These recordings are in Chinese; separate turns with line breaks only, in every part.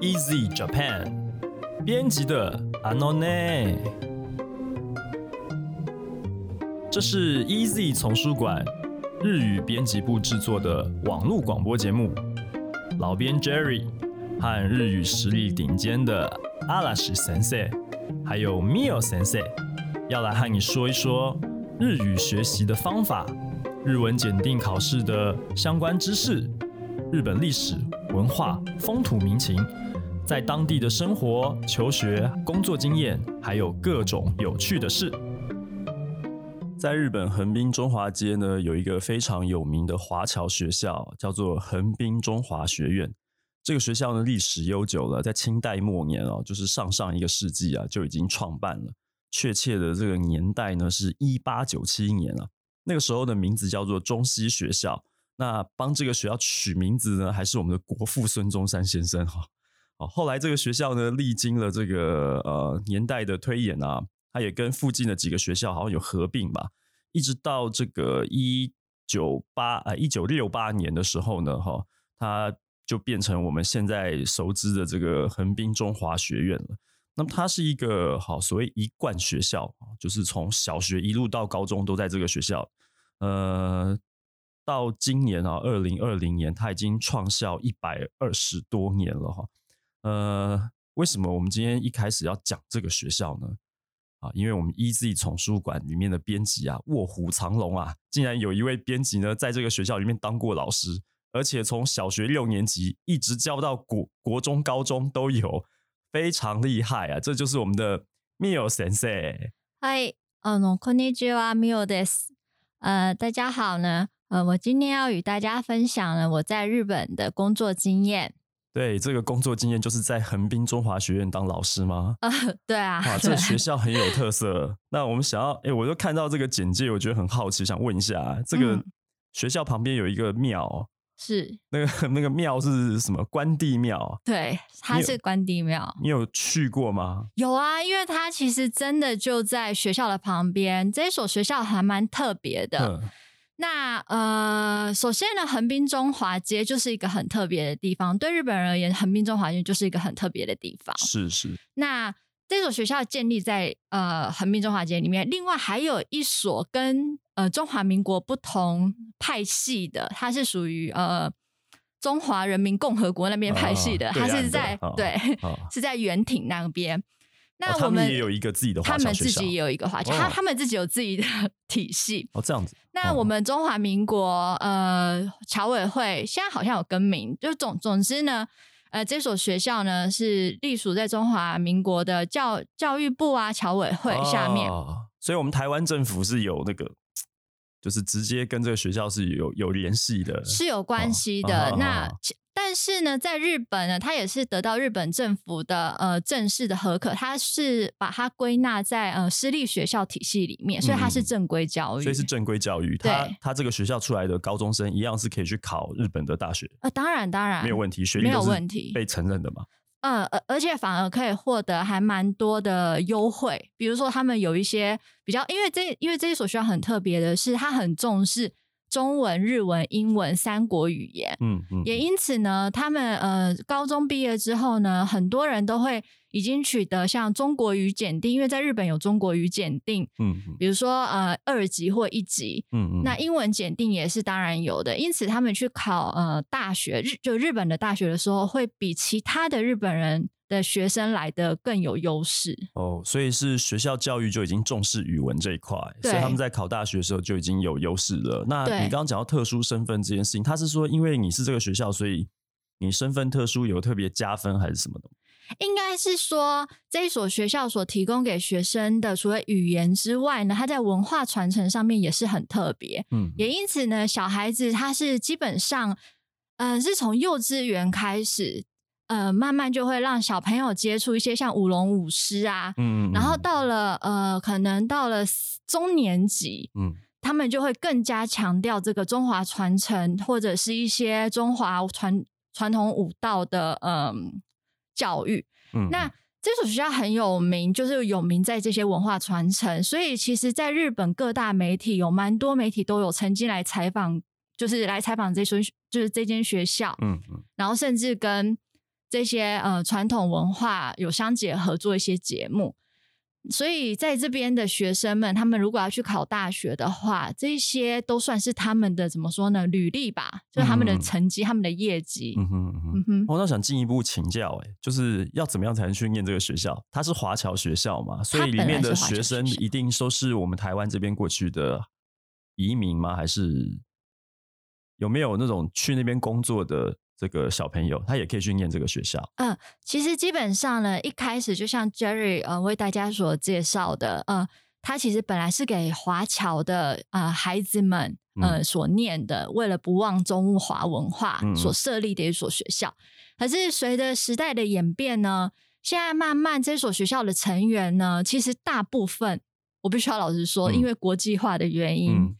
Easy Japan，编辑的 Anone。这是 Easy 丛书馆日语编辑部制作的网络广播节目，老编 Jerry 和日语实力顶尖的阿拉什先生，还有 Mio 先生，要来和你说一说日语学习的方法、日文检定考试的相关知识、日本历史文化、风土民情，在当地的生活、求学、工作经验，还有各种有趣的事。在日本横滨中华街呢，有一个非常有名的华侨学校，叫做横滨中华学院。这个学校呢，历史悠久了，在清代末年哦，就是上上一个世纪啊，就已经创办了。确切的这个年代呢，是一八九七年啊。那个时候的名字叫做中西学校。那帮这个学校取名字呢，还是我们的国父孙中山先生哈、哦。后来这个学校呢，历经了这个呃年代的推演啊，它也跟附近的几个学校好像有合并吧，一直到这个一九八啊一九六八年的时候呢，哈、它就变成我们现在熟知的这个横滨中华学院了。那么它是一个好所谓一贯学校，就是从小学一路到高中都在这个学校。呃，到今年啊，二零二零年，它已经创校一百二十多年了哈。呃，为什么我们今天一开始要讲这个学校呢？啊，因为我们 EZ 丛书馆里面的编辑啊，卧虎藏龙啊，竟然有一位编辑呢，在这个学校里面当过老师，而且从小学六年级一直教到国国中、高中都有，非常厉害啊！这就是我们的 Mio 先生。
嗨，呃あのこんにちは、ミオです。呃，大家好呢。呃，我今天要与大家分享呢我在日本的工作经验。
对，这个工作经验就是在横滨中华学院当老师吗？
对啊，
哇，这
对
个 学校很有特色。那我们想要，哎、我就看到这个简介，我觉得很好奇，想问一下，啊这个
嗯
学校旁边有一个庙，
是，
那个 那个庙是什么？关帝庙，
对，它
你有
是关帝庙。
你有去过吗？
有啊，因为它其实真的就在学校的旁边。这所学校还蛮特别的。
嗯，
那呃，首先呢，横滨中华街就是一个很特别的地方。对日本人而言，横滨中华街就是一个很特别的地方。
是是，
那这所学校建立在呃横滨中华街里面，另外还有一所跟呃中华民国不同派系的，它是属于呃中华人民共和国那边派系的，
哦
它
对岸
是
的
在、
哦
对、
哦
是在原町那边。
哦
那
他
我
们
们、
也有一个自己的华
他
侨
们
学
自
校
己有一个华侨，他
哦
他们自己有自己的 体系。
哦，这样子，
那
哦
我们中华民国呃侨委会现在好像有更名，就总总之呢，呃，这所学校呢是隶属在中华民国的教教育部啊侨委会下面。
哦所以我们台湾政府是有那个，就是直接跟这个学校是有有联系的，
是有关系
啊
的。
哈啊
那
哈
其但是呢，在日本呢，它也是得到日本政府的呃正式的合可，它是把它归纳在呃私立学校体系里面，所以它是
嗯
正规教育。
所以是正规教育。
对
他他这个学校出来的高中生一样是可以去考日本的大学，
呃，当然当然
没有问题，学历
没有
都是
问题
被承认的嘛。
嗯，而而且反而可以获得还蛮多的优惠，比如说他们有一些比较，因为这因为这一所学校很特别的是，它很重视中文、日文、英文三国语言，
嗯嗯，
也因此呢，他们呃高中毕业之后呢，很多人都会已经取得像中国语检定，因为在日本有中国语检定，
嗯嗯
比如说呃二级或一级，
嗯嗯，
那英文检定也是当然有的，因此他们去考呃大学日就日本的大学的时候，会比其他的日本人的学生来的更有优势。
哦，所以是学校教育就已经重视语文这一块，所
对
以他们在考大学的时候就已经有优势了。那
对
你刚刚讲到特殊身份这件事情，他是说因为你是这个学校，所以你身份特殊有特别加分还是什么的？
应该是说这一所学校所提供给学生的，除了语言之外呢，它在文化传承上面也是很特别。
嗯，
也因此呢，小孩子他是基本上，嗯、是从幼稚园开始，呃，慢慢就会让小朋友接触一些像舞龙舞狮啊，
嗯
然后到了呃，可能到了 s- 中年级，
嗯
他们就会更加强调这个中华传承或者是一些中华传传统武道的嗯教育。
嗯，
那这所学校很有名，就是有名在这些文化传承，所以其实在日本各大媒体有蛮多媒体都有曾经来采访，就是来采访这所就是这间学校，
嗯嗯
然后甚至跟这些呃传统文化有相结合做一些节目。所以在这边的学生们，他们如果要去考大学的话，这些都算是他们的怎么说呢？履历吧，就是他们的
嗯
成绩、他们的业绩。
嗯哼嗯哼。
嗯哼，
哦，那想进一步请教、欸，哎，就是要怎么样才能去念这个学校？它是华侨学校嘛，所以里面的学生一定都是我们台湾这边过去的移民吗？还是有没有那种去那边工作的这个小朋友，他也可以去念这个学校？
其实基本上呢，一开始就像 Jerry 呃为大家所介绍的，呃，他其实本来是给华侨的呃孩子们呃、所念的，为了不忘中华文化
嗯
所设立的一所学校。可是随着时代的演变呢，现在慢慢这所学校的成员呢，其实大部分我必须要老实说，
嗯
因为国际化的原因，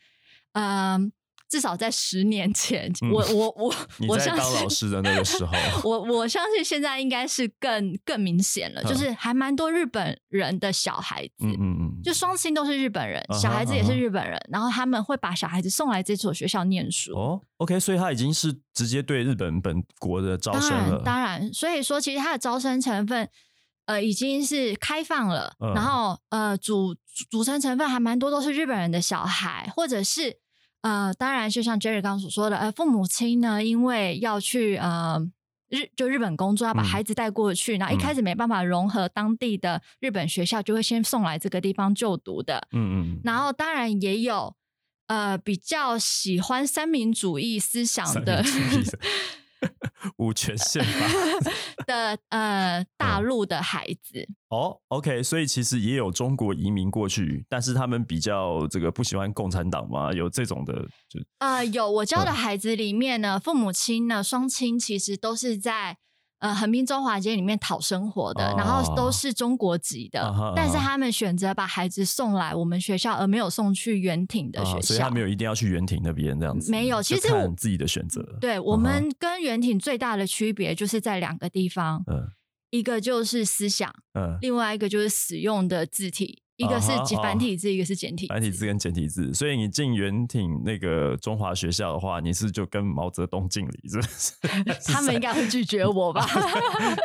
嗯，
嗯、至少在十年前，
嗯
我我我
你
我
在
相
当
信
老师的那个时 候，
我我相信现在应该是更更明显了，
嗯
就是还蛮多日本人的小孩子，
嗯嗯嗯，
就双亲都是日本人
啊哈，
小孩子也
啊
是
哈
日本人，然后他们会把小孩子送来这所学校念书。
哦，OK，所以他已经是直接对日本本国的招
当
生
然，
了，
当然，所以说其实它的招生成分，呃，已经是开放了，
嗯
然后呃，组组组成成分还蛮多都是日本人的小孩，或者是呃，当然就像 Jerry 刚刚所说的，呃，父母亲呢，因为要去呃。日就日本工作，要把
嗯
孩子带过去，然后一
嗯
开始没办法融合当地的日本学校，就会先送来这个地方就读的。
嗯嗯，
然后当然也有呃比较喜欢三民主义思想
三
的
民主义的五权宪法。
的呃大
嗯
陆的孩子，
哦、o k 所以其实也有中国移民过去，但是他们比较这个不喜欢共产党嘛，有这种的，就
呃，有我教的
嗯
孩子里面呢，父母亲呢，双亲其实都是在呃横滨中华街里面讨生活的，然后
哦
都是中国籍的，
啊哈啊
但是
哈
他们选择把孩子送来我们学校，而没有送去原挺的
啊
学
所以
校。嗯
他没有一定要去原庭那边这样子，
没有
就
其实
看
我
自己的选择了。
对我
嗯哼
们跟原挺最大的区别就是在两个地方，
嗯
一个就是思想，
嗯，
另外一个就是使用的字体，一
啊
个是
哈
简
哦
繁体字，一个是简体
繁体字跟简体字，所以你进原挺那个中华学校的话，你是就跟毛泽东敬礼，是 不是？
他们应该会拒绝我 吧？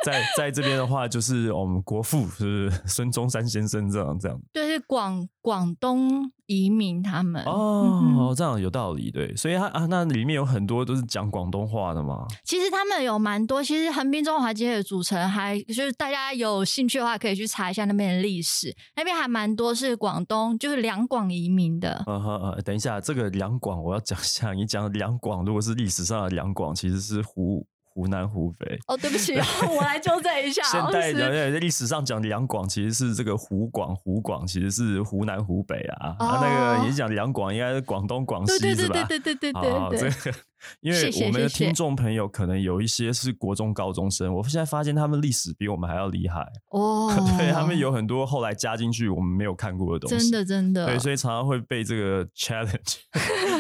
在在这边的话，就是我们国父是不是孙中山先生这样这样
就是广广东移民他们嗯哼
哦，这样有道理对，所以他啊，那里面有很多都是讲广东话的嘛，
其实他们有蛮多，其实横滨中华街的组成还就是大家有兴趣的话，可以去查一下那边的历史，那边还蛮多是广东，就是两广移民的。
嗯哼，呃等一下，这个两广我要讲一下。你讲两广，如果是历史上的两广，其实是湖湖南、湖北。
哦，对 不起，我来纠正一下，哦
现代
是
人在历史上讲两广，其实是这个湖广，湖广其实是湖南、湖北啊。啊，那
哦
个也讲两广，应该是广东、广
对
西
对
是
对
吧？
对对对对
好，
对
这
对，
个，因
谢
为
谢
我们的
谢谢
听众朋友可能有一些是国中、高中生，我现在发现他们历史比我们还要厉害，
哦
对他们有很多后来加进去我们没有看过的东西。
真的真的，
对，所以常常会被这个 challenge。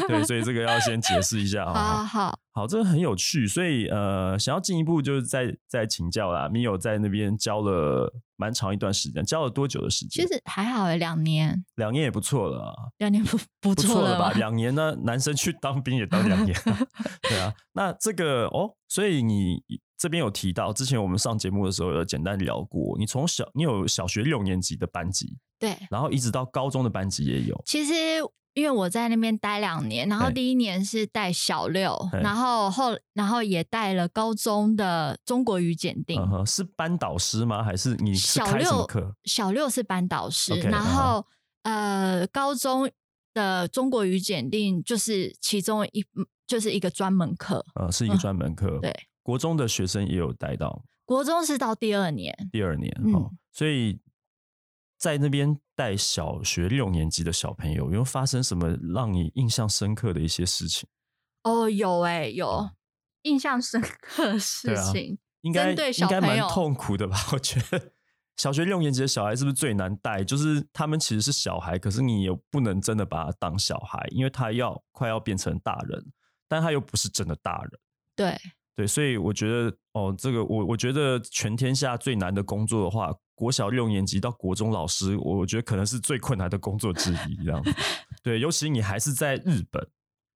对，所以这个要先解释一下
好
啊。
好好，
好，这个很有趣，所以呃，想要进一步就是再再请教啦。米友在那边教了蛮长一段时间，教了多久的时
其
间？
实还好诶，两年
两年也不错了啊，
两年不
不
不错
错了吧？
吧？
两年呢，男生去当兵也当两年 啊、对啊。那这个哦，所以你这边有提到，之前我们上节目的时候有简单聊过，你从小你有小学六年级的班级，
对，
然后一直到高中的班级也有，
其实因为我在那边待两年，然后
嘿
第一年是带小六，
嘿
然后后然后也带了高中的中国语检定。
嗯哼，是班导师吗？还是你是
小
开什么
六
课？
小六是班导师
OK，
然
嗯哼
后、呃高中的中国语检定就是其中一嗯就是一个专门课。
呃，是一个专门课、
嗯对，
国中的学生也有带到
国中是到第二年，
第二年
嗯
哦，所以在那边带小学六年级的小朋友，有没有发生什么让你印象深刻的一些事情？
哦有哎、有印象深刻的事
对啊
情。
应该
针对
应
小
该
朋
蛮
友
痛苦的吧？ 我觉得小学六年级的小孩是不是最难带？就是他们其实是小孩，可是你也不能真的把他当小孩，因为他要快要变成大人，但他又不是真的大人。
对，
对，所以我觉得哦，这个我我觉得哦全天下最难的工作的话，国小六年级到国中老师， 我我觉得可能是最困难的工作之一，这样子。对，尤其你还是在日本，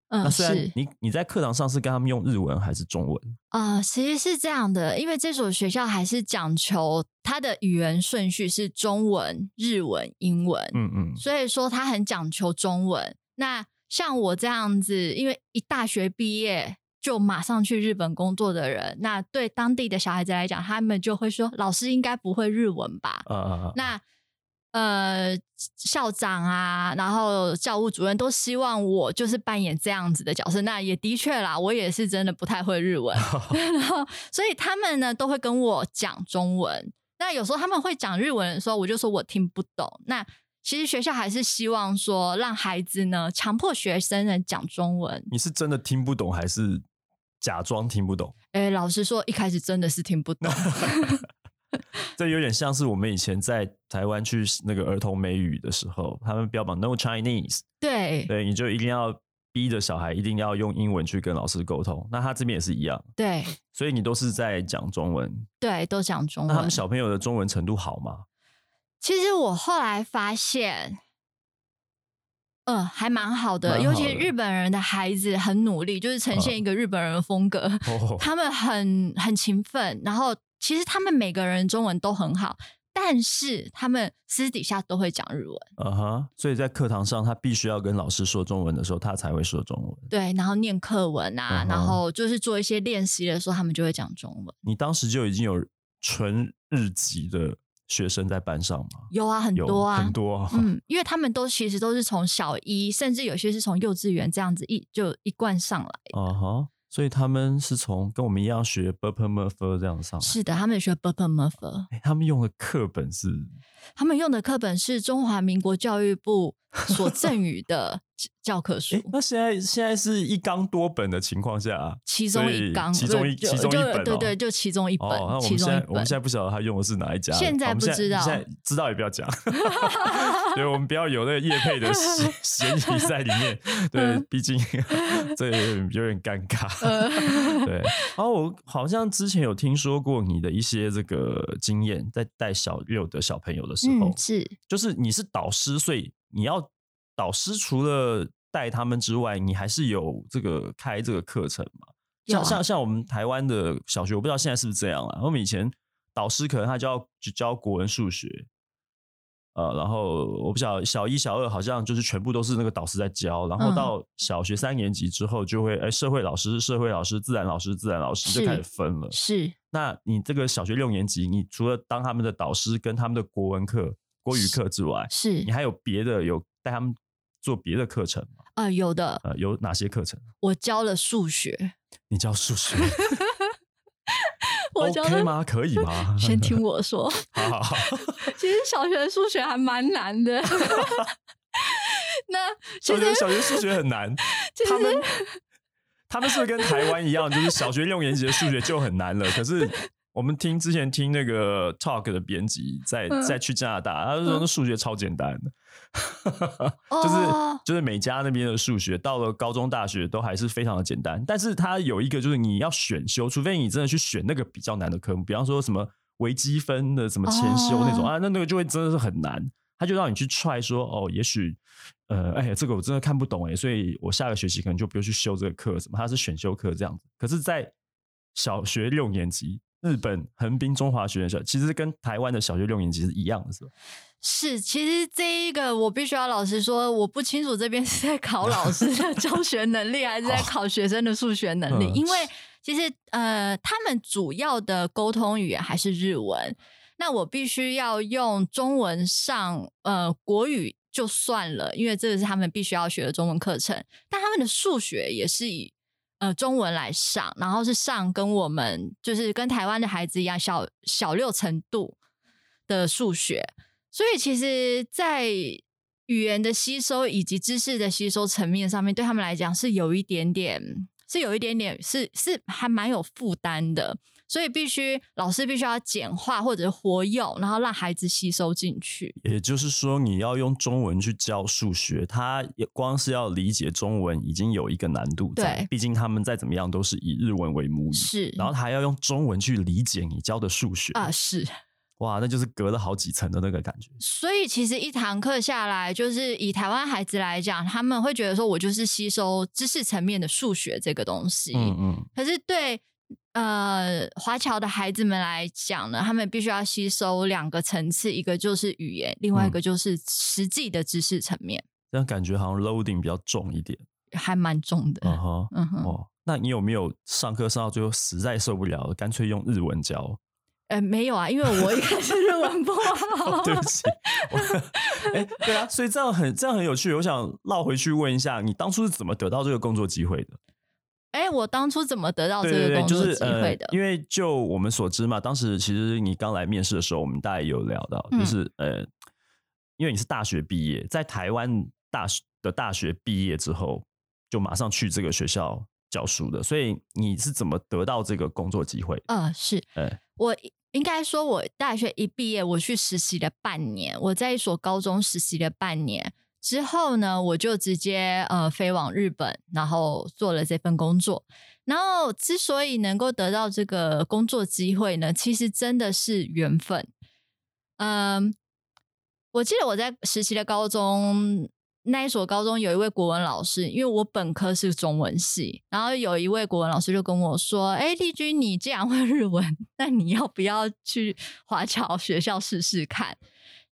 那
嗯，
虽然
是
你你在课堂上是跟他们用日文还是中文？
呃，其实是这样的，因为这所学校还是讲求它的语言顺序是中文、日文、英文，
嗯嗯，
所以说它很讲求中文。那像我这样子，因为一大学毕业就马上去日本工作的人，那对当地的小孩子来讲，他们就会说老师应该不会日文吧？
啊啊啊！
那呃，校长啊，然后教务主任都希望我就是扮演这样子的角色。那也的确啦，我也是真的不太会日 文，然后所以他们呢都会跟我讲中文。那有时候他们会讲日文的时候，我就说我听不懂。那其实学校还是希望说让孩子呢，强迫学生呢讲中文。
你是真的听不懂还是假装听不懂？
诶，老实说，一开始真的是听不懂。
这有点像是我们以前在台湾去那个儿童美语的时候，他们标榜 “no Chinese”，
对
对，你就一定要逼着小孩一定要用英文去跟老师沟通。那他这边也是一样，
对
所以你都是在讲中文。
对，都讲中
那他
文
们。小朋友的中文程度好吗？
其实我后来发现，呃，还蛮好的，
蛮
尤
好
其
的
日本人的孩子很努力，就是呈现
嗯
一个日本人的风格。
哦，
他们很很勤奋，然后其实他们每个人中文都很好，但是他们私底下都会讲日文，
啊哈！所以在课堂上，他必须要跟老师说中文的时候，他才会说中文。
对，然后念课文
嗯
啊，
哼
然后就是做一些练习的时候，他们就会讲中文。
你当时就已经有纯日籍的学生在班上吗？
有啊，很
有
多啊，
很多啊。
嗯，因为他们都其实都是从小一，甚至有些是从幼稚园这样子一就一贯上来。
啊哈！所以他们是从跟我们一样学 b u r p l e m u r f e r 这样上来。
是的，他们学 b u r p l e m u r f e
哎，他们用的课本是
他们用的课本是中华民国教育部 所赠予的教科书
哎，。那现在现在是一纲多本的情况下、啊
其
所
中
以
一纲，
其
就
中一
就
其中一
就
本
对
哦
对，就其中一本，
哦，那我
其
们现
中一
在我
本
们现。在不晓得他用的是哪一家了，
现在
我们
不知道
现在知道也不要讲， 对，我们不要有那个叶配的嫌嫌 疑在里面，
嗯
对，毕竟这有点有点尴尬，
嗯
对。 然后我好像之前有听说过你的一些这个经验，在带小六的小朋友的时候，
嗯，是
就是你是导师，所以你要导师除了带他们之外，你还是有这个开这个课程嘛？
有
像
啊
像像我们台湾的小学，我不知道现在是不是这样了。我们以前导师可能他就要只教国文、数学，呃，然后我不晓得小一、小二好像就是全部都是那个导师在教，然后
嗯
到小学三年级之后就会，哎、社会老师、社会老师、自然老师、自然老师
是
就开始分了。
是
那你这个小学六年级，你除了当他们的导师跟他们的国文课、国语课之外，
是
你还有别的有带他们做别的课程吗？
呃，有的
呃，有哪些课程？
我教了 数学，
你教数 学
我教
，OK
了。
吗？可以吗？
先听我说，
好好好，
其实小学的数学还蛮难的。那其
小
实
学小学数学很 难，
其
他们
实
他们是不是跟台湾一样，就是小学六年级的数学就很难了？可是我们听之前听那个 Talk 的编辑在
嗯
在去加拿大，他就说那数学超简单的， 就是
哦
就是美加那边的数学，到了高中、大学都还是非常的简单。但是它有一个就是你要选修，除非你真的去选那个比较难的科目，比方说什么微积分的什么前修那种、
哦
啊，那那个就会真的是很难。他就让你去踹说哦，也许呃，哎、呀，这个我真的看不懂哎，所以我下个学期可能就不用去修这个课什么，它是选修课这样子。可是，在小学六年级，日本横滨中华学院小，其实跟台湾的小学六年级是一样的，是吧？
是，其实这一个我必须要老实说，我不清楚这边 是在考老师的教学能力，还是在考学生的数学能力
嗯，
因为其实呃，他们主要的沟通语言还是日文，那我必须要用中文上呃国语。就算了，因为这个是他们必须要学的中文课程，但他们的数学也是以呃中文来上，然后是上跟我们就是跟台湾的孩子一样小小六程度的数学，所以其实，在语言的吸收以及知识的吸收层面上面，对他们来讲是有一点点，是有一点点是是还蛮有负担的，所以必须老师必须要简化或者是活用，然后让孩子吸收进去。
也就是说，你要用中文去教数学，他也光是要理解中文已经有一个难度在
对，
毕竟他们再怎么样都是以日文为母语，
是，
然后他还要用中文去理解你教的数学
啊、是
哇，那就是隔了好几层的那个感觉。
所以其实一堂课下来，就是以台湾孩子来讲，他们会觉得说我就是吸收知识层面的数学这个东西。
嗯嗯，
可是对呃华侨的孩子们来讲呢，他们必须要吸收两个层次，一个就是语言，另
嗯
外一个就是实际的知识层面，
这样感觉好像 loading 比较重一点。
还蛮重的。
嗯哼，
嗯哼，
哦，那你有没有上课上到最后实在受不了了，干脆用日文教？
呃，没有啊，因为我一开始日文不好
哦，， 对不起，我哎、对啊，所以这样很这样很有趣。我想绕回去问一下，你当初是怎么得到这个工作机会的？
哎、我当初怎么得哦到这
对
个
对对，
工
就
作
是
机
呃
会的，？
因为就我们所知嘛，当时其实你刚来面试的时候，我们大概有聊到，就
嗯
是、呃，因为你是大学毕业，在台湾大学的大学毕业之后，就马上去这个学校教书的，所以你是怎么得到这个工作机会？
呃，是
哎
我应该说，我大学一毕业，我去实习了半年，我在一所高中实习了半年之后呢，我就直接呃飞往日本，然后做了这份工作。然后之所以能够得到这个工作机会呢，其实真的是缘分。嗯，我记得我在实习的高中那一所高中有一位国文老师，因为我本科是中文系，然后有一位国文老师就跟我说：“哎，丽君，你既然会日文，那你要不要去华侨学校试试看？”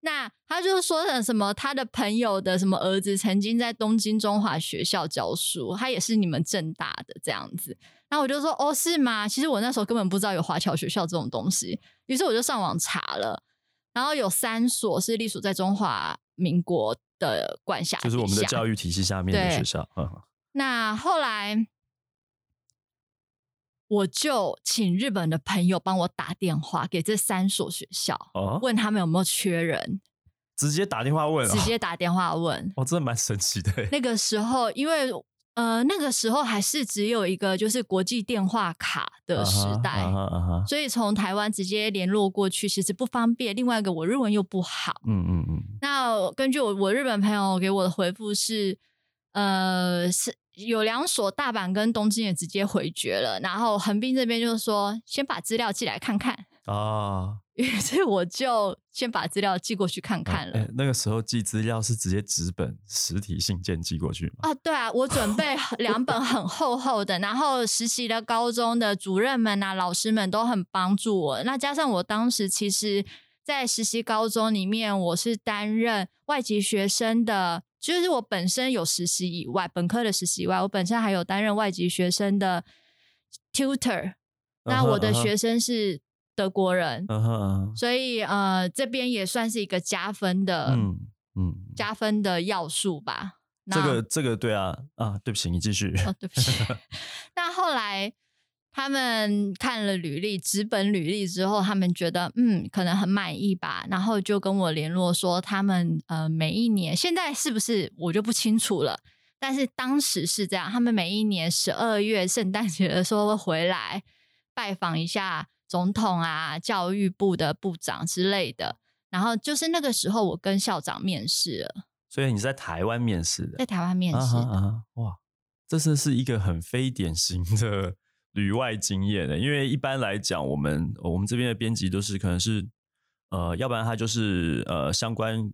那他就说的什么，他的朋友的什么儿子曾经在东京中华学校教书，他也是你们正大的这样子。然后我就说：“哦，是吗？”其实我那时候根本不知道有华侨学校这种东西，于是我就上网查了。然后有三所是隶属在中华民国的管辖，
就是我们的教
育。
育体系下面的
对
学校，嗯，
那后来我就请日本的朋友帮我打电话给这三所学校，
哦，
问他们有没有缺 人，
直接打电话问、哦，
直接打电话问。
哦，真的蛮神奇的耶。
那个时候，因为呃那个时候还是只有一个就是国际电话卡的时代。
啊哈啊哈啊哈
所以从台湾直接联络过去，其实不方便。另外一个，我日文又不好，
嗯嗯嗯，
那根据我我日本朋友给我的回复是，呃，是有两所大阪跟东京也直接回绝了，然后横滨这边就是说先把资料寄来看看，
啊，
于是我就先把资料寄过去看 看了。
哎那个时候寄资料是直接纸本实体信件寄过去嘛？
啊，对啊，我准备两本很厚厚的，然后实习的高中的主任们啊、老师们都很帮助我。那加上我当时其实，在实习高中里面，我是担任外籍学生的，就是我本身有实习以外，本科的实习以外，我本身还有担任外籍学生的 tutor。
嗯
那
哼
我的
嗯哼
学生是德国人，
嗯哼嗯哼
所以呃，这边也算是一个加分的、
嗯嗯，
呃加分的要素吧。
这
那
个这个对啊啊，对不起，你继续。
哦，对 不起。那后来他们看了履历，纸本履历之后，他们觉得嗯，可能很满意吧，然后就跟我联络说，他们呃每一年现在是不是我就不清楚了。但是当时是这样，他们每一年十二月圣诞节的时候会回来拜访一下总统啊、教育部的部长之类的。然后就是那个时候，我跟校长面试了，
所以你在台湾面试的
在，台湾面
啊
试
哈
的
啊哈，哇，这是是一个很非典型的 旅外经验欸的，因为一般来讲，我们我们这边的编辑都是可能是呃，要不然他就是呃相关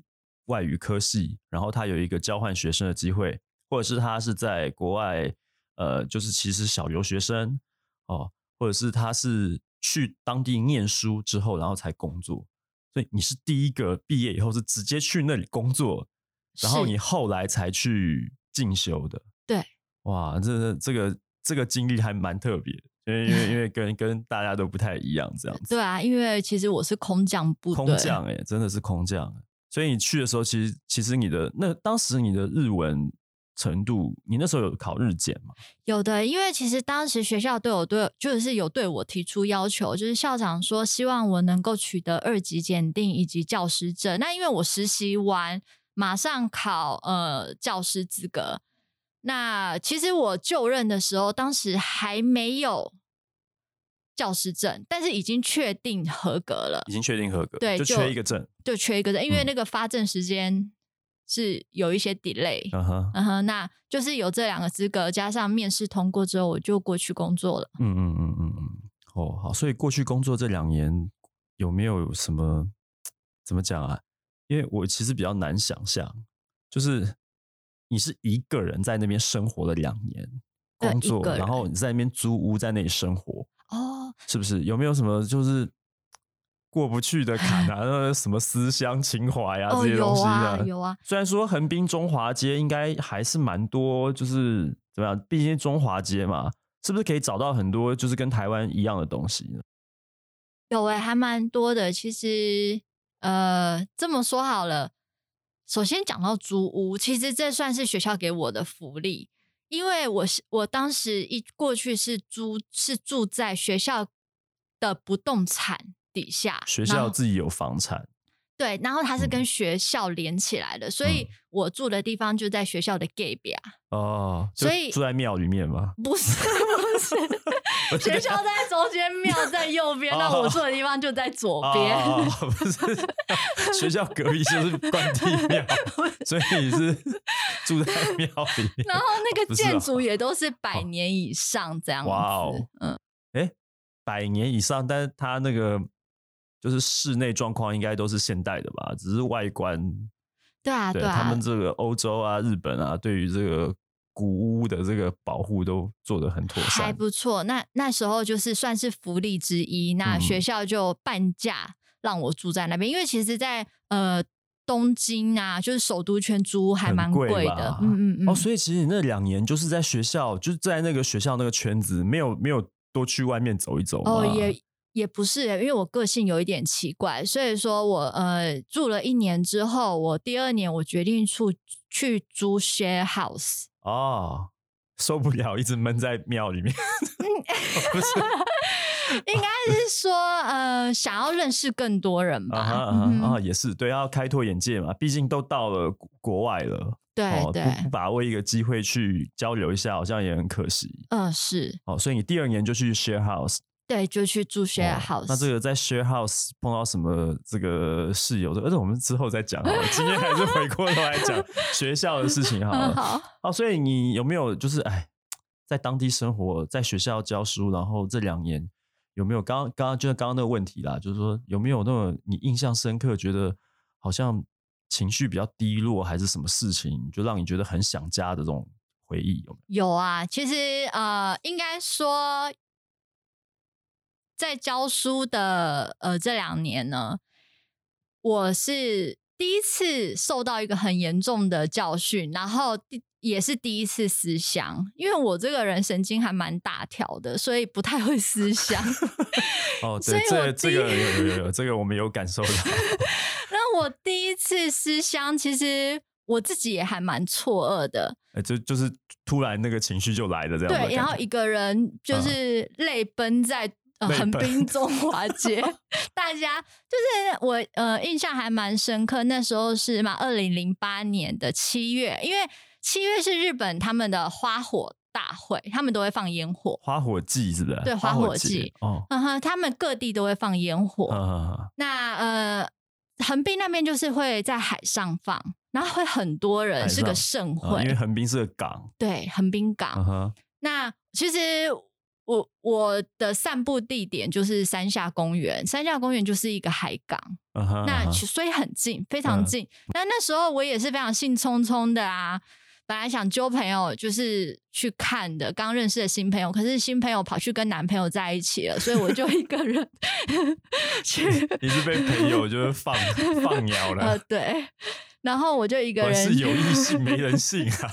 外语科系，然后他有一个交换学生的机会，或者是他是在国外呃，就是其实小留学生哦，或者是他是去当地念书之后，然后才工作。所以你是第一个毕业以后是直接去那里工作，然后
是
你后来才去进修的。
对，
哇，这这个这个经历还蛮特别的，因为因为因为跟跟大家都不太一样，这样子。
对啊，因为其实我是空降部队，
空降哎、真的是空降欸、所以你去的时候，其实其实你的那当时你的日文程度，你那时候有考日检吗？
有的，因为其实当时学校对我对就是有对我提出要求，就是校长说希望我能够取得二级检定以及教师证。那因为我实习完马上考呃教师资格，那其实我就任的时候，当时还没有教师证，但是已经确定合格了
已，经确定合格，
对
就
就
缺一个证。
就缺一个证，因为
嗯
那个发证时间是有一些 delay。
嗯哼，
嗯哼，那就是有这两个资格，加上面试通过之后，我就过去工作了。
嗯嗯嗯嗯嗯，哦好，所以过去工作这两年有没有什么怎么讲啊？因为我其实比较难想象，就是你是一个人在那边生活了两年，
对
工
一
作，
个
然后你在那边租屋，在那里生活，
哦，
是不是？有没有什么就是过不去的坎 啊？呃什么思乡情怀啊、
哦，
这些
有
东西
啊
呢？，
有啊，
虽然说横滨中华街应该还是蛮多，就是怎么样？毕竟中华街嘛，是不是可以找到很多就是跟台湾一样的东西呢？
有诶、还蛮多的。其实，呃，这么说好了，首先讲到租屋，其实这算是学校给我的福利，因为我是我当时一过去是租是住在学校的不动产底下，
学
然
校
后
自己有房产，
对，然后它是跟
嗯
学校连起来的，所以
嗯
我住的地方就在学校的 gay 边，
哦，就
所以
住在庙里面嘛。
不是 不是，学校在中间，庙在右边，那我住的地方就在左边。
哦，不是学校隔壁就是关帝庙，所以你 是住在庙里面
然。后那
不
个
是
建
啊
筑也都是百年以上这样子。
哇哦，
嗯，
哎，百年以上，但是它那个就是室内状况应该都是现代的吧，只是外观
对啊，
对他
啊
们，这个欧洲啊、日本啊，对于这个古屋的这个保护都做得很妥
还
善。
不错。那那时候就是算是福利之一，那
嗯
学校就半价让我住在那边，因为其实在，呃东京啊，就是首都圈租还
很
蛮
贵
贵
吧
的。嗯嗯嗯。
哦，所以其实你那两年就是在学校，就是在那个学校那个圈子，没有没有多去外面走一走
哦，
吗
也也不是欸，因为我个性有一点奇怪，所以说我呃住了一年之后，我第二年我决定出去租 share house。
哦，受不了，一直闷在庙里面，不是
应该是说，呃，想要认识更多人吧。
啊哈啊
嗯
哈啊，也是对，要开拓眼界嘛，毕竟都到了国国外了，
对
哦，
对，
不不把握一个机会去交流一下，好像也很可惜。
嗯、是，
哦，所以你第二年就去 share house，
对，就去住 share
哦
house。
那这个在 share house 碰到什么这个室友的，而且我们之后再讲好了。今天还是回过头来 讲学校的事情 好
嗯
了。
好，
哦，所以你有没有就是哎，在当地生活，在学校教书，然后这两年有没有刚刚刚就是刚刚那个问题啦，就是说有没有那种你印象深刻，觉得好像情绪比较低落，还是什么事情，就让你觉得很想家的这种回忆有没有？
有啊，其实呃，应该说，在教书的呃这两年呢，我是第一次受到一个很严重的教训，然后第也是第一次思乡，因为我这个人神经还蛮大条的，所以不太会思乡。
哦，
所
对
以，
这
我
这
第一
个有有有有，这个我们有感受到。
那我第一次思乡，其实我自己也还蛮错愕的。
呃，就就是突然那个情绪就来了，这样的
对，然
感
后
觉
一个人就是泪奔在。呃，
泪
横
奔
滨中华街，大家就是我呃印象还蛮深刻，那时候是嘛，二零零八年的七月，因为七月是日本他们的花火大会，他们都会放烟火，
花火季是不是？
对花火季
哦，
嗯哼，他们各地都会放烟火，
嗯，
那呃，横滨那边就是会在海上放，然后会很多
海
人，是
上
个盛
嗯
会。
因为横滨是个 港，
对，横滨港。
嗯哼，
那其实我我的散步地点就是山下公园，山下公园就是一个海港，
嗯哼，嗯
那
哼
其所以很近，非常
嗯
近。那那时候我也是非常兴冲冲的啊。本来想揪朋友，就是去看的，刚认识的新朋友。可是新朋友跑去跟男朋友在一起了，所以我就一个人 去
你是被朋友就是 放放鸟
呃，
了，
对。然后我就一个
我
人
是，有意性没人性 啊，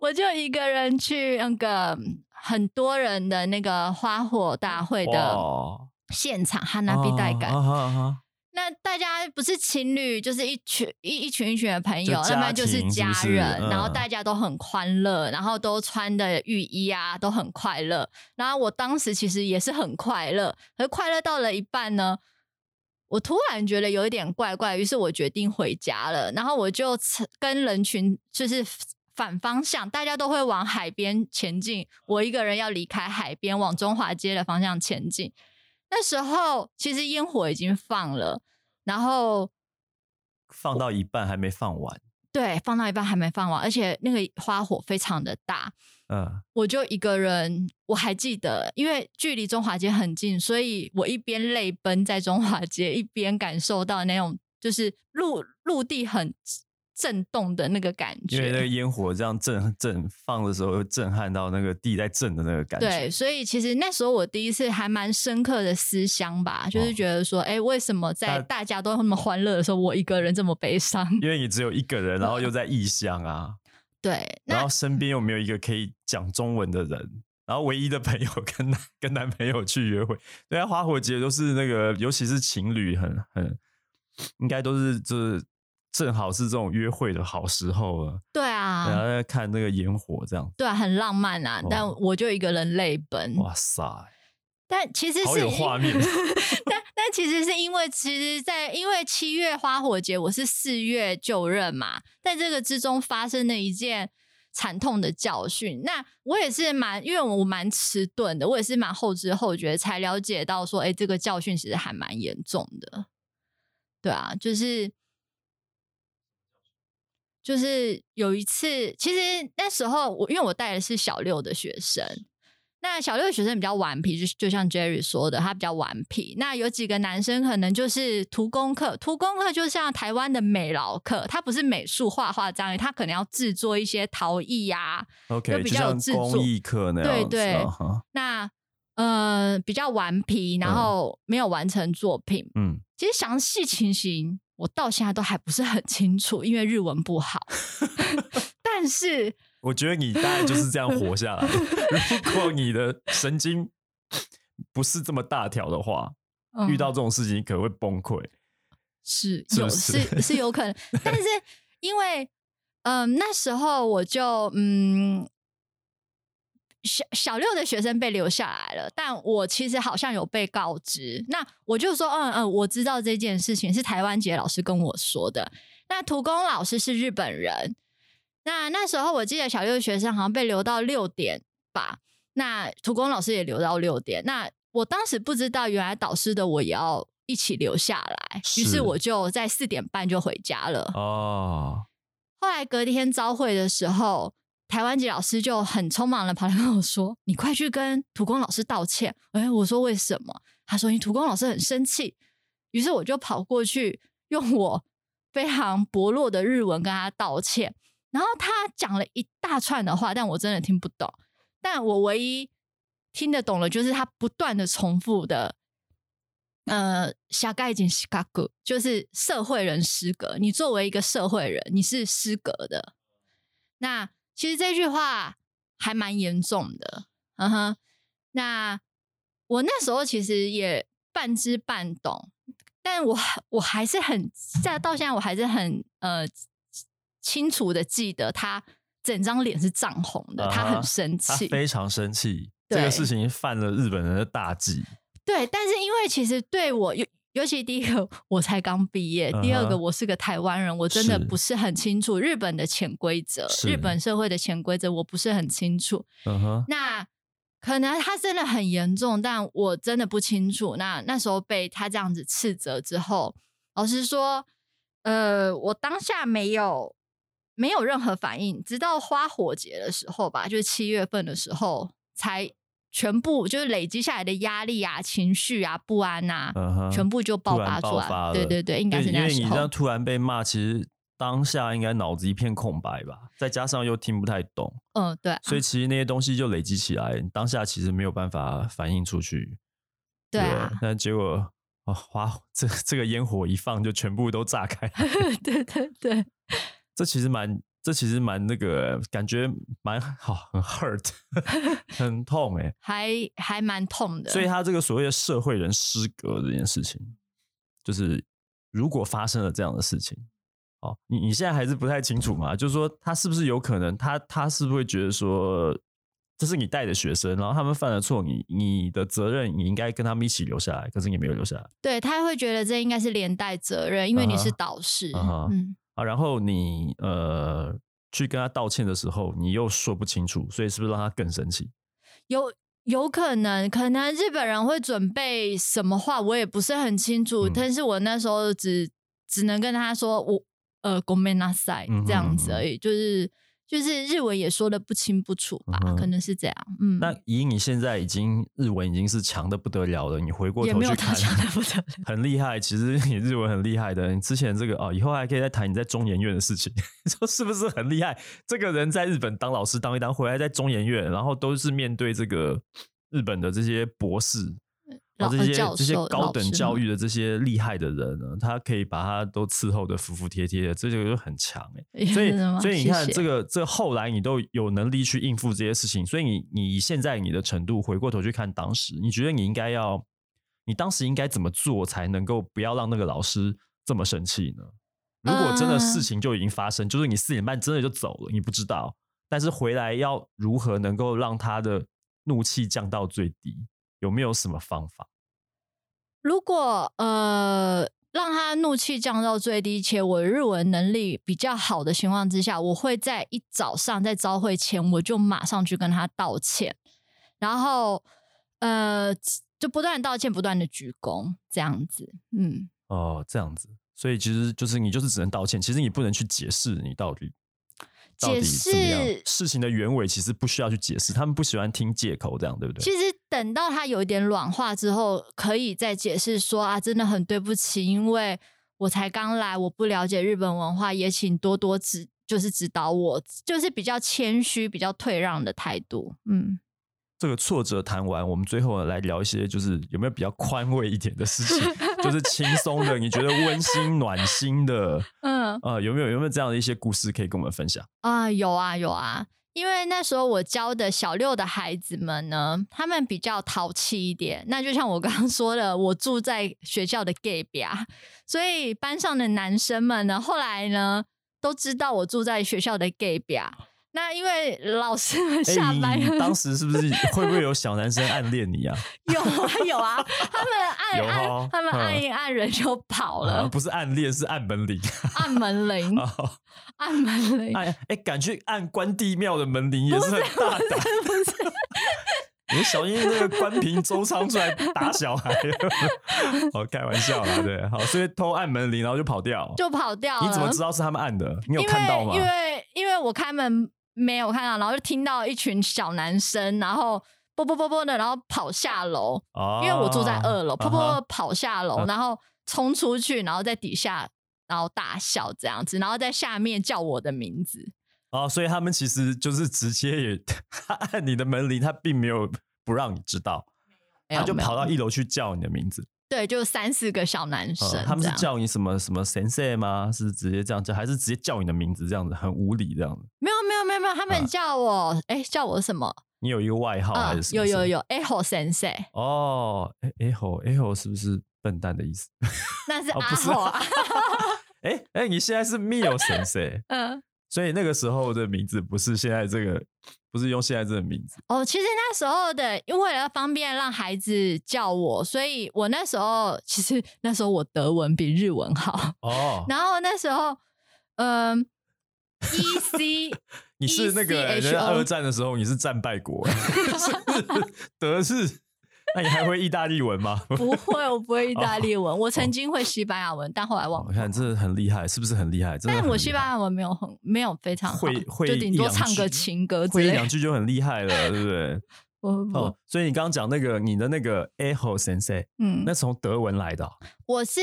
我就一个人去那个很多人的那个花火大会的
哇，
现场，哈娜比带感。
啊哈啊哈
那大家不是情侣，就是一群一一群一群的朋友，
就
那么就是
家
家
庭是不是
人，然后
嗯
大家都很欢乐，然后都穿的浴衣啊，都很快乐。然后我当时其实也是很快乐，可是快乐到了一半呢，我突然觉得有一点怪怪，于是我决定回家了。然后我就跟人群就是反方向，大家都会往海边前进，我一个人要离开海边，往中华街的方向前进。那时候其实烟火已经放了，然后
放到一半还没放完，
对，放到一半还没放完，而且那个花火非常的大，
嗯，
我就一个人，我还记得，因为距离中华街很近，所以我一边泪奔在中华街，一边感受到那种就是陆陆地很震动的那个感
因为那个
觉。
烟火这样震震放的时候，会震撼到那个地在震的那个感觉。
对，所以其实那时候我第一次还蛮深刻的思乡吧，就是觉得说，哎、为什么在
哦那
大家都那么欢乐的时候，我一个人这么悲伤？
因为你只有一个人，然后又在异乡啊，
对，
然
那
后身边又没有一个可以讲中文的人，然后唯一的朋友 跟男跟男朋友去约会，对啊，花火节都是那个，尤其是情侣很很，应该都是就是正好是这种约会的好时候了，
对
然后
啊，
在看那个烟火这样，
对啊，很浪漫啊，
哦
但我就一个人泪奔。
哇塞，
但其实
好
嗯是
有
因
画面
但但其实是因为，其实在，因为七月花火节，我是四月就任嘛，在这个之中发生了一件惨痛的教训。那我也是蛮，因为我蛮迟钝的，我也是蛮后知后觉才了解到说，哎、这个教训其实还蛮严重的。对啊，就是就是有一次，其实那时候我因为我带的是小六的学生，那小六的学生比较顽皮，就就像 Jerry 说的，他比较顽皮。那有几个男生可能就是图工课，图工课就像台湾的美劳课，它不是美术画画这样，他可能要制作一些陶艺啊呀、
，OK，
就
就
比较有
像
制作
公益课那样子，
对对
啊哈
那呃比较顽皮，然后没有完成作品。
嗯，
其实详细情形我到现在都还不是很清楚，因为日文不好。 但是
我觉得你大概就是这样活下来。 如果你的神经不是这么大条的话，
嗯
遇到这种事情你可能会崩溃。
是
是不
有
是
是是有 可能，但是因为嗯那时候我就嗯小小六的学生被留下来了，但我其实好像有被告知，那我就说嗯嗯我知道这件事情是台湾节老师跟我说的，那土工老师是日本人，那那时候我记得小六的学生好像被留到六点吧，那土工老师也留到六点，那我当时不知道原来导师的我也要。一起留下来，于
是
是我就在四点半就回家了。
哦，
后来隔天招会的时候，台湾籍老师就很匆忙的跑来跟我说：“你快去跟土工老师道歉。”哎，我说为什么？他说：“你土工老师很生气。”于是我就跑过去，用我非常薄弱的日文跟他道歉。然后他讲了一大串的话，但我真的听不懂。但我唯一听得懂的，就是他不断的重复的，呃，下盖井西嘎古，就是社会人失格。你作为一个社会人，你是失格的。那其实这句话还蛮严重的，嗯哼。那我那时候其实也半知半懂，但我我还是很在到现在我还是很呃清楚的记得他整张脸是涨红的，他
啊哈
很生
他
气，
非常生气，这个
对
事情犯了日本人的大忌。
对，但是因为其实对我尤尤其第一个我才刚毕业，第二
嗯
个
哼
我是个台湾人，我真的
是
不是很清楚日本的潜规则，
是
日本社会的潜规则我不是很清楚。
嗯哼，
那可能他真的很严重，但我真的不清楚。那那时候被他这样子斥责之后，老实说，呃，我当下没有没有任何反应，直到花火节的时候吧，就是七月份的时候，才全部就是累积下来的压力啊、情绪啊、不安啊，
嗯哼，
全部就爆
突然
发出
爆发
来。
了
对对对，应该
对
是
因
那
为你
时
这样
候。
突然被骂，其实当下应该脑子一片空白吧，再加上又听不太懂，
嗯，对啊，
所以其实那些东西就累积起来，你当下其实没有办法反映出去。
对
不
啊，
但结果。哦，花这这个烟火一放就全部都炸开，
对对对，
这其实蛮，这其实蛮那个，感觉蛮好，很 hurt，很痛哎、
还还蛮痛的。嗯
所以他这个所谓的社会人失格这件事情，就是如果发生了这样的事情，哦，你你现在还是不太清楚嘛？就是说他是不是有可能，他他是不是会觉得说，这是你带的学生，然后他们犯了错，你你的责任，你应该跟他们一起留下来，可是你没有留下来
对他会觉得这应该是连带责任，因为你
啊哈
是导师。
啊哈
嗯，
啊。然后你呃去跟他道歉的时候，你又说不清楚，所以是不是让他更生气？
有有可能，可能日本人会准备什么话，我也不是很清楚。
嗯
但是我那时候只只能跟他说，我呃 g o m e n a s a i
嗯哼
这样子而已，就是就是日文也说的不清不楚吧，
嗯哼
可能是这样。嗯，
那以你现在已经日文已经是强的不得了了，你回过
也
头
没
去
有他
看，哦
讲的不得了。
很厉害。其实你日文很厉害的，你之前这个哦，以后还可以再谈你在中研院的事情， 你说是不是很厉害？这个人在日本当老师当一当，回来在中研院，然后都是面对这个日本的这些博士。
老呃
哦这些
教授
这些高
老师
等
们
教育的这些厉害的人呢，他可以把他都伺候的服服帖帖的，这就就很强哎、 所以
真的吗，
所以你
谢
看，
谢
这个这后来你都有能力去应付这些事情，所以你你以现在你的程度回过头去看当时，你觉得你应该要，你当时应该怎么做才能够不要让那个老师这么生气呢？如果真的
呃
事情就已经发生，就是你四点半真的就走了，你不知道，但是回来要如何能够让他的怒气降到最低，有没有什么方法？
如果呃让他怒气降到最低，且我日文能力比较好的情况之下，我会在一早上在招会前，我就马上去跟他道歉，然后呃就不断地道歉，不断的鞠躬，这样子，嗯，
哦，这样子，所以其实就是你就是只能道歉，其实你不能去解释你到底到底
解
怎么样
释
事情的原委，其实不需要去解释，他们不喜欢听借口，这样对不对？
其实等到他有一点软化之后，可以再解释说啊，真的很对不起，因为我才刚来，我不了解日本文化，也请多多指，就是指导我，就是比较谦虚、比较退让的态度。嗯，
这个挫折谈完，我们最后来聊一些，就是有没有比较宽慰一点的事情，就是轻松的，你觉得温馨暖心的，
嗯
呃，有没有有没有这样的一些故事可以跟我们分享？
啊，有啊有啊，因为那时候我教的小六的孩子们呢，他们比较淘气一点。那就像我刚刚说的，我住在学校的 gay 边，所以班上的男生们呢，后来呢都知道我住在学校的 gay 边。那因为老师们
哎、
下班、
你你当时是不是会不会有小男生暗恋你 啊？
有啊有啊，他们
有
按按、
哦
他们
嗯
按一按人就跑
啊
了，
不是暗恋，是按本 领。
按门铃，按门铃，
哎哎，敢去按关帝庙的门铃也是很大胆，不是？ 你小心那个关平周仓出来打小孩， 好开玩笑啦，对，好，所以偷按门铃然后就跑掉，
就跑掉了。
你怎么知道是他们按的？你有
因为
看到吗
因？为因为我开门没有看到，然后就听到一群小男生，然后啵啵啵啵的，然后跑下楼，
哦
因为我住在二楼，啵啵
啊
啵
哈
啵跑下楼，然后冲出去，然后在底下。然后大笑这样子，然后在下面叫我的名字，
哦，所以他们其实就是直接也他按你的门铃，他并没有不让你知道，
没有
他就
没有嗯
跑到一楼去叫你的名字。
对，就三四个小男生这
呃
样、
他们是叫你什么什么神社吗？是直接这样叫，还是直接叫你的名字这样子？很无理这样子。
没有没有没有没有，他们
啊
叫我哎、叫我什么
你有一个外号
啊
还是？什么
有
事？
有有 a h o Sensei，
哦，哎哎吼哎吼，是不是笨蛋的意思？
那是
哦
阿
不是
吼、 啊，
哎哎，你现在是 Mio 神 谁？
嗯，
所以那个时候的名字不是现在这个，不是用现在这个名字。
哦，其实那时候的，因为了方便让孩子叫我，所以我那时候其实那时候我德文比日文好，
哦，
然后那时候，嗯、e C
你是那个
ECHO
人家二战的时候，你是战败国， 是德是。那你还会意大利文吗？
不会，我不会意大利
哦
文，我曾经会西班牙文，但后来忘
我
了。
看这很厉害，是不是很厉害？哦真的
但
很
我
厉
西
害
班牙文没有很没有非常好，
会会
就顶多
一两
唱
句
个情歌之
会一
类
两
的。
句就很厉害了，对不 对？
不不
哦
不，，
所以你刚刚讲那个你的那个 Echo Sensei，
嗯，
那从德文来的哦、
我是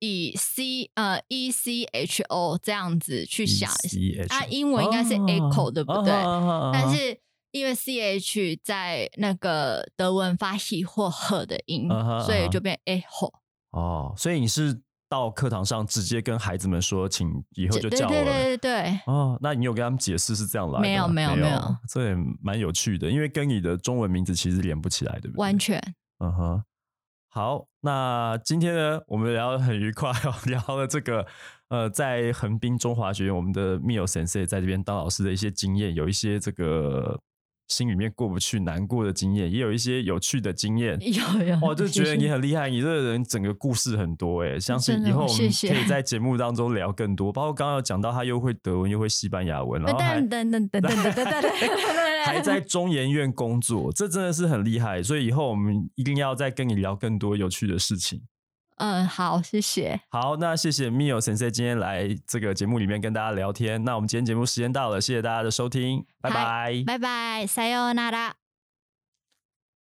以 C 呃 E C H O 这样子去
，E
想
ECHO
啊英文应该是
哦
echo，对不对但
但
是因为 C H 在那个德文发 he 或 her 的音
啊哈
所
啊
以
哈
就变哎 echo。
哦，所以你是到课堂上直接跟孩子们说，请以后
对
就
对
叫
对
我了。
对对对，
哦，那你有跟他们解释是这样来的？
没有没有没有，
这也蛮有趣的，因为跟你的中文名字其实连不起来，对不对？
完全
嗯哼，好，那今天呢，我们聊得很愉快哦， 聊了这个呃，在横滨中华学院，我们的 Mio Sensei 在这边当老师的一些经验，有一些这个心里面过不去、难过的经验，也有一些有趣的经 验。
有有。
哦，就
谢
觉得你
谢
很厉害，你这个人整个故事很多哎，相信
真的
以后我们
谢谢
可以在节目当中聊更多，包括刚刚有讲到他又会德文又会西班牙文，然后 还
等等等等等等等等等，
还在中研院工作，这真的是很厉害。所以以后我们一定要再跟你聊更多有趣的事情。
嗯，好，谢谢。
好，那谢谢 Mio Sensei 今天来这个节目里面跟大家聊天。那我们今天节目时间到了，谢谢大家的收听，拜
嗨
拜。
拜拜，塞哟那拉。